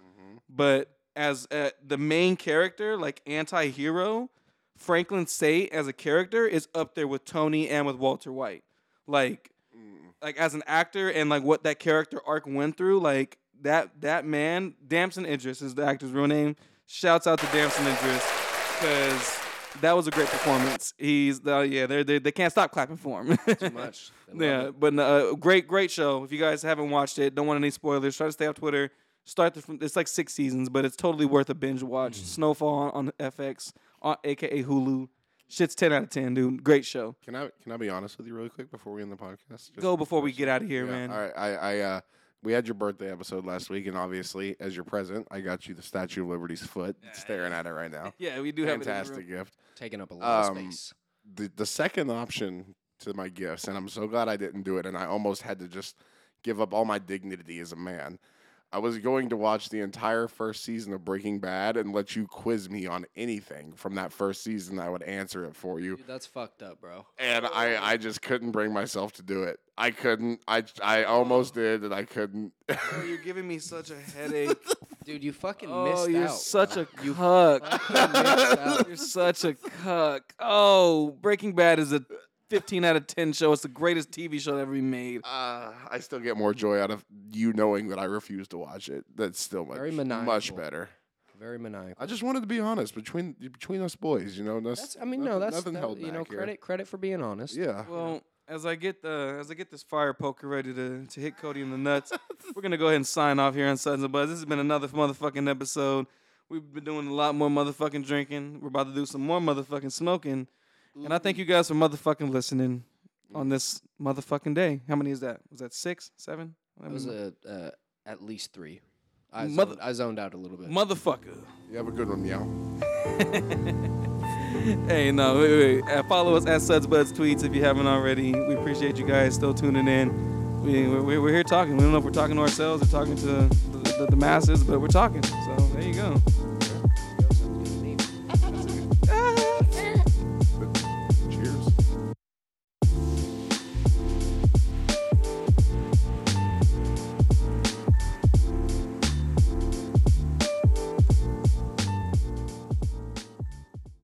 but as uh, the main character, like anti-hero, Franklin Saint as a character is up there with Tony and with Walter White. Like, like as an actor and like what that character arc went through, like that that man, Damson Idris is the actor's real name. Shouts out to Damson Idris because that was a great performance. He's the yeah, they they they can't stop clapping for him. *laughs* Too much. They love Yeah, it. but uh, great, great show. If you guys haven't watched it, don't want any spoilers. Try to stay off Twitter. Start the from it's like six seasons, but it's totally worth a binge watch. Mm-hmm. Snowfall on, on FX, on AKA Hulu. Shit's ten out of ten, dude. Great show. Can I can I be honest with you really quick before we end the podcast? Just- Go before we get out of here, Yeah, man. All right, I, I uh, we had your birthday episode last week, and obviously, as your present, I got you the Statue of Liberty's foot. staring at it *laughs* right now. Yeah, we do have It in Fantastic the room. gift. Taking up a lot Um, of space. The the second option to my gifts, and I'm so glad I didn't do it, and I almost had to just give up all my dignity as a man. I was going to watch the entire first season of Breaking Bad and let you quiz me on anything from that first season. I would answer it for you. Dude, that's fucked up, bro. and I, I just couldn't bring myself to do it. I couldn't. I, I almost did, and I couldn't. *laughs* Oh, you're giving me such a headache. Dude, you fucking *laughs* oh, missed you're out. such bro. a cuck. Fucking *laughs* missed out. You're such a cuck. Oh, Breaking Bad is a 15 out of 10 show. It's the greatest TV show ever made. uh, I still get more joy out of you knowing that I refuse to watch it. That's still much, Very much maniacal. better. Very maniacal. I just wanted to be honest between between us boys. You know, that's, That's, I mean, no, nothing- that's nothing that- held you know, back here. credit credit for being honest. Yeah. Well, as I get the as I get this fire poker ready to, to hit Cody in the nuts, we're gonna go ahead and sign off here on Suds and Buzz. This has been another motherfucking episode. We've been doing a lot more motherfucking drinking. We're about to do some more motherfucking smoking. And I thank you guys for motherfucking listening on this motherfucking day. How many is that? Was that six, seven? It was a uh, at least three. I Mother- zoned, I zoned out a little bit. motherfucker. You have a good one, meow. Hey, no, wait, wait. Uh, follow us at Suds Buds Tweets if you haven't already. We appreciate you guys still tuning in. We, we're, we're here talking. We don't know if we're talking to ourselves or talking to the, the, the masses, but we're talking. So there you go.